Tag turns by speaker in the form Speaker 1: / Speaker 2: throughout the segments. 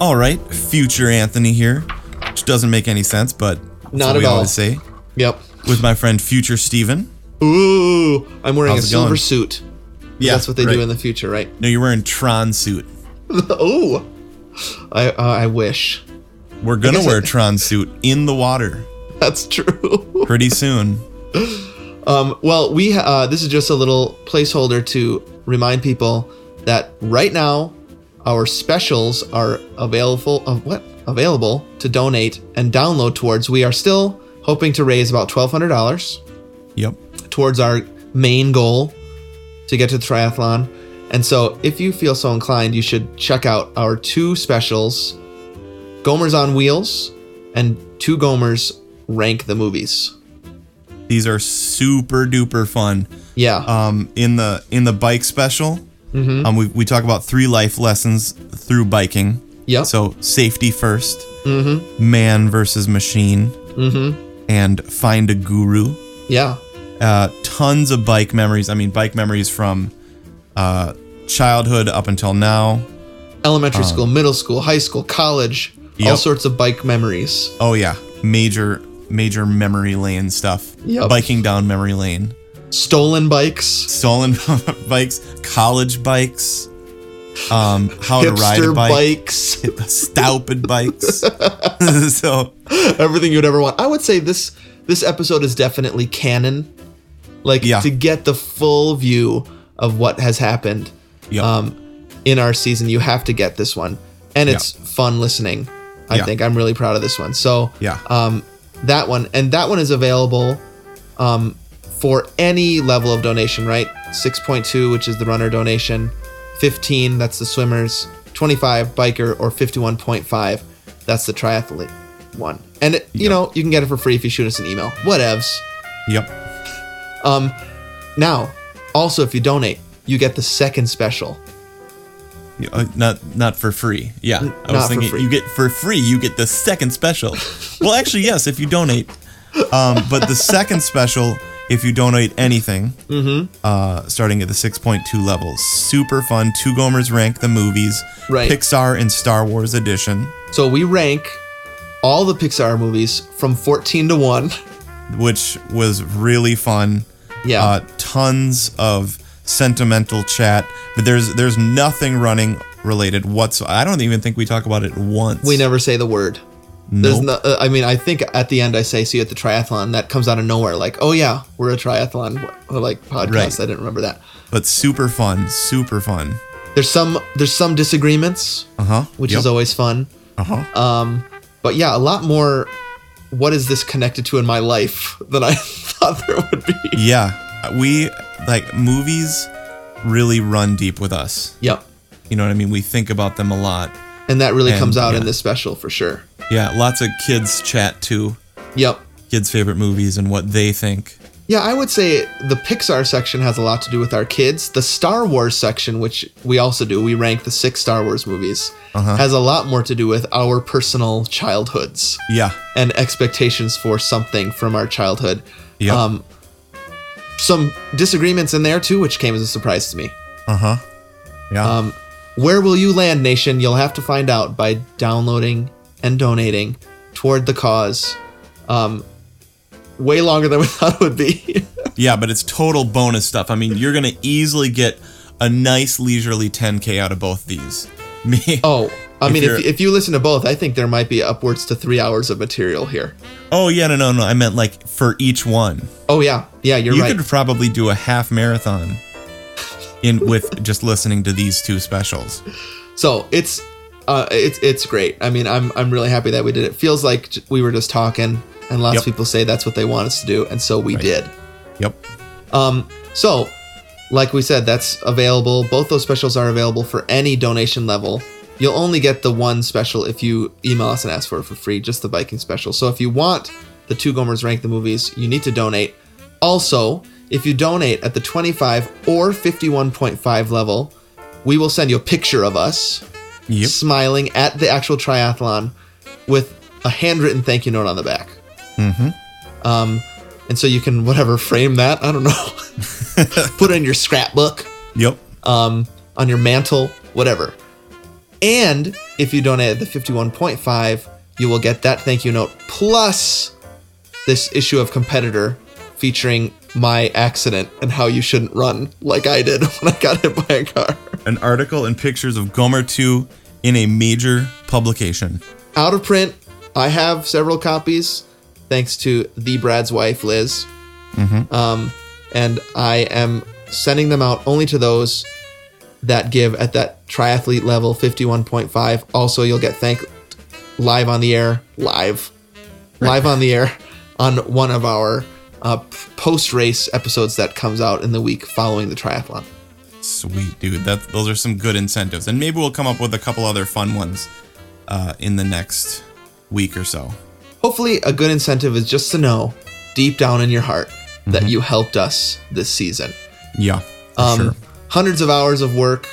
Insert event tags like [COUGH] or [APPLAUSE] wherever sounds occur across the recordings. Speaker 1: All right, future Anthony here, which doesn't make any sense, but that's
Speaker 2: Not
Speaker 1: what
Speaker 2: at
Speaker 1: we
Speaker 2: all.
Speaker 1: always say
Speaker 2: Yep.
Speaker 1: with my friend future Steven.
Speaker 2: Ooh, I'm wearing
Speaker 1: How's
Speaker 2: a
Speaker 1: it
Speaker 2: silver
Speaker 1: going?
Speaker 2: suit.
Speaker 1: Yeah,
Speaker 2: That's what they
Speaker 1: right.
Speaker 2: do in the future, right? [LAUGHS]
Speaker 1: No, you're wearing Tron suit.
Speaker 2: oh, I uh, I wish. [LAUGHS]
Speaker 1: We're gonna
Speaker 2: guess
Speaker 1: wear
Speaker 2: I-
Speaker 1: Tron suit in the water
Speaker 2: That's true. [LAUGHS]
Speaker 1: pretty soon.
Speaker 2: Um, well, we uh, this is just a little placeholder to remind people that right now our specials are available of what available to donate and download towards. We are still hoping to raise about twelve hundred dollars.
Speaker 1: yep.
Speaker 2: towards our main goal to get to the triathlon. And so, if you feel so inclined, you should check out our two specials Gomers on Wheels and Two Gomers Rank the Movies.
Speaker 1: These are super duper fun.
Speaker 2: Yeah.
Speaker 1: um, in the in the bike special.
Speaker 2: Mm-hmm.
Speaker 1: Um, we, we talk about three life lessons through biking.
Speaker 2: Yep. Mm-hmm.
Speaker 1: So safety 1st man versus machine, mm-hmm. and find a guru.
Speaker 2: yeah.
Speaker 1: Uh, tons of bike memories. I mean, bike memories from uh, childhood up until now.
Speaker 2: Elementary school, middle school, high school, college, all
Speaker 1: uh, Yep.
Speaker 2: sorts of bike memories.
Speaker 1: Oh yeah, major major memory lane stuff.
Speaker 2: Yep.
Speaker 1: Biking down memory lane,
Speaker 2: Stolen bikes,
Speaker 1: stolen [LAUGHS] bikes, college bikes, um, how to ride a
Speaker 2: hipster
Speaker 1: bike.
Speaker 2: bikes, [LAUGHS]
Speaker 1: the Staupid bikes. [LAUGHS] so
Speaker 2: everything you'd ever want. I would say this this episode is definitely canon. Like
Speaker 1: Yeah.
Speaker 2: to get the full view of what has happened.
Speaker 1: yeah,
Speaker 2: um, in our season, you have to get this one, and it's fun listening. I
Speaker 1: Yeah.
Speaker 2: think I'm really proud of this one. So
Speaker 1: Yeah.
Speaker 2: um, that one and that one is available um, for any level of donation. Right, six point two, which is the runner donation, fifteen, that's the swimmers, twenty five biker, or fifty one point five, that's the triathlete one. And it, you
Speaker 1: Yeah.
Speaker 2: know you can get it for free if you shoot us an email. Whatevs.
Speaker 1: yep.
Speaker 2: Um, now, also if you donate, you get the second special.
Speaker 1: Yeah, uh, not not for free. Yeah, I
Speaker 2: not
Speaker 1: was
Speaker 2: for
Speaker 1: thinking
Speaker 2: free.
Speaker 1: you get for free. You get the second special. well, actually, yes, if you donate. Um, but the second special, if you donate anything,
Speaker 2: Mm-hmm.
Speaker 1: uh, starting at the six point two level, super fun. Two Gomers rank the movies,
Speaker 2: Right.
Speaker 1: Pixar and Star Wars edition,
Speaker 2: So we rank all the Pixar movies from 14 to 1.
Speaker 1: which was really fun.
Speaker 2: Yeah.
Speaker 1: uh, tons of sentimental chat, but there's there's nothing running related whatsoever. I don't even think we talk about it once.
Speaker 2: [LAUGHS] we never say the word. There's no,
Speaker 1: Nope.
Speaker 2: uh, I mean, I think at the end I say, see you at the triathlon. That comes out of nowhere. Like, oh yeah, we're a triathlon or like podcast.
Speaker 1: Right.
Speaker 2: I didn't remember that.
Speaker 1: but super fun, super fun.
Speaker 2: There's some, there's some disagreements,
Speaker 1: Uh huh.
Speaker 2: which is always fun.
Speaker 1: uh huh.
Speaker 2: Um, but yeah, a lot more. What is this connected to in my life [LAUGHS] than I thought there would be?
Speaker 1: yeah, we like movies really run deep with us.
Speaker 2: Yep.
Speaker 1: You know what I mean? We think about them a lot.
Speaker 2: And that really
Speaker 1: And,
Speaker 2: comes out in
Speaker 1: yeah.
Speaker 2: this special for sure.
Speaker 1: Yeah, lots of kids chat too.
Speaker 2: Yep.
Speaker 1: Kids' favorite movies and what they think.
Speaker 2: Yeah, I would say the Pixar section has a lot to do with our kids. The Star Wars section, which we also do, we rank the six Star Wars movies, has a lot more to do with our personal childhoods
Speaker 1: Yeah,
Speaker 2: and expectations for something from our childhood. Um,
Speaker 1: Yep.
Speaker 2: some disagreements in there too, which came as a surprise to me.
Speaker 1: Uh-huh. yeah.
Speaker 2: Um, where will you land, nation? You'll have to find out by downloading and donating toward the cause. Um, way longer than [LAUGHS] we thought it would be.
Speaker 1: Yeah, but it's total bonus stuff. I mean, you're gonna easily get a nice leisurely 10k out of both these. [LAUGHS] Me. Oh,
Speaker 2: Oh, I
Speaker 1: If
Speaker 2: mean, if,
Speaker 1: you're-
Speaker 2: if you listen to both, I think there might be upwards to three hours of material here.
Speaker 1: Oh, yeah, no, no, no. I meant like for each one.
Speaker 2: Oh yeah, yeah, you're
Speaker 1: you
Speaker 2: right.
Speaker 1: could probably do a half marathon in with just listening to these two specials.
Speaker 2: So it's, uh, it's it's great. I mean, I'm I'm really happy that we did it. Feels like j- we were just talking, and lots
Speaker 1: Yep.
Speaker 2: of people say that's what they want us to do, and so we did.
Speaker 1: Yep.
Speaker 2: Um, so, like we said, that's available. Both those specials are available for any donation level. You'll only get the one special if you email us and ask for it for free, just the Viking special. So, if you want the two Gomers rank the movies, you need to donate. Also, if you donate at the 25 or 51.5 level, we will send you a picture of us
Speaker 1: Yep.
Speaker 2: smiling at the actual triathlon with a handwritten thank you note on the back. Mm-hmm. Um, and so you [LAUGHS] can whatever frame that. I don't know. Put it in your scrapbook.
Speaker 1: Yep.
Speaker 2: Um, on your mantle, whatever. And if you donate at the 51.5, you will get that thank you note plus this issue of Competitor featuring my accident and how you shouldn't run like I did [LAUGHS] when I got hit by a car.
Speaker 1: An article and pictures of Gomer 2 in a major publication.
Speaker 2: Out of print. I have several copies thanks to the Brad's wife, Liz. Um, and I am sending them out only to those that give at that triathlete level 51.5. Also, you'll get thanked live on the air, live, live on the air on one of our uh, post race episodes that comes out in the week following the triathlon.
Speaker 1: Sweet, dude. That those are some good incentives, and maybe we'll come up with a couple other fun ones uh, in the next week or so.
Speaker 2: Hopefully, a good incentive is just to know deep down in your heart that you helped us this season.
Speaker 1: Yeah, for
Speaker 2: um,
Speaker 1: sure.
Speaker 2: hundreds of hours of work.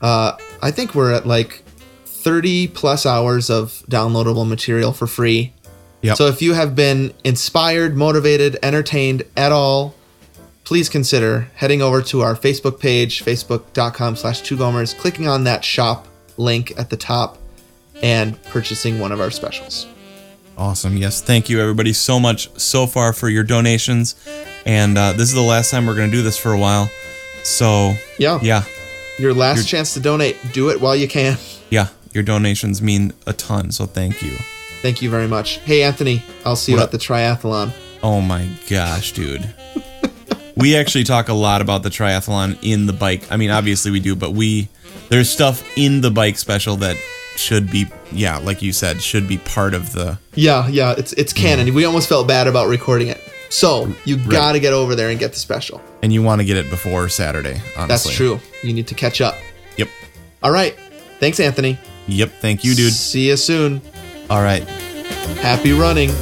Speaker 2: Uh, I think we're at like 30 plus hours of downloadable material for free.
Speaker 1: Yep.
Speaker 2: So if you have been inspired, motivated, entertained at all, please consider heading over to our Facebook page, facebook.com slash two gomers, clicking on that shop link at the top and purchasing one of our specials.
Speaker 1: Awesome. Yes. Thank you, everybody, so much so far for your donations. And uh, this is the last time we're going to do this for a while. So,
Speaker 2: Yeah.
Speaker 1: yeah.
Speaker 2: Your last chance to donate. Do it while you can. [LAUGHS]
Speaker 1: Yeah. Your donations mean a ton. So, thank you.
Speaker 2: Thank you very much. Hey, Anthony, I'll see you
Speaker 1: What
Speaker 2: at
Speaker 1: up?
Speaker 2: the triathlon.
Speaker 1: Oh my gosh, dude. we actually talk a lot about the triathlon in the bike. I mean, obviously we do, but we there's stuff in the bike special that should be yeah, like you said, should be part of the
Speaker 2: Yeah, yeah, it's it's
Speaker 1: Mm.
Speaker 2: canon. We almost felt bad about recording it. So you gotta get over there and get the special.
Speaker 1: and you want to get it before Saturday, honestly.
Speaker 2: That's true. You need to catch up.
Speaker 1: Yep.
Speaker 2: All right. Thanks, Anthony.
Speaker 1: Yep, thank you, dude.
Speaker 2: See you soon.
Speaker 1: All right.
Speaker 2: Happy running.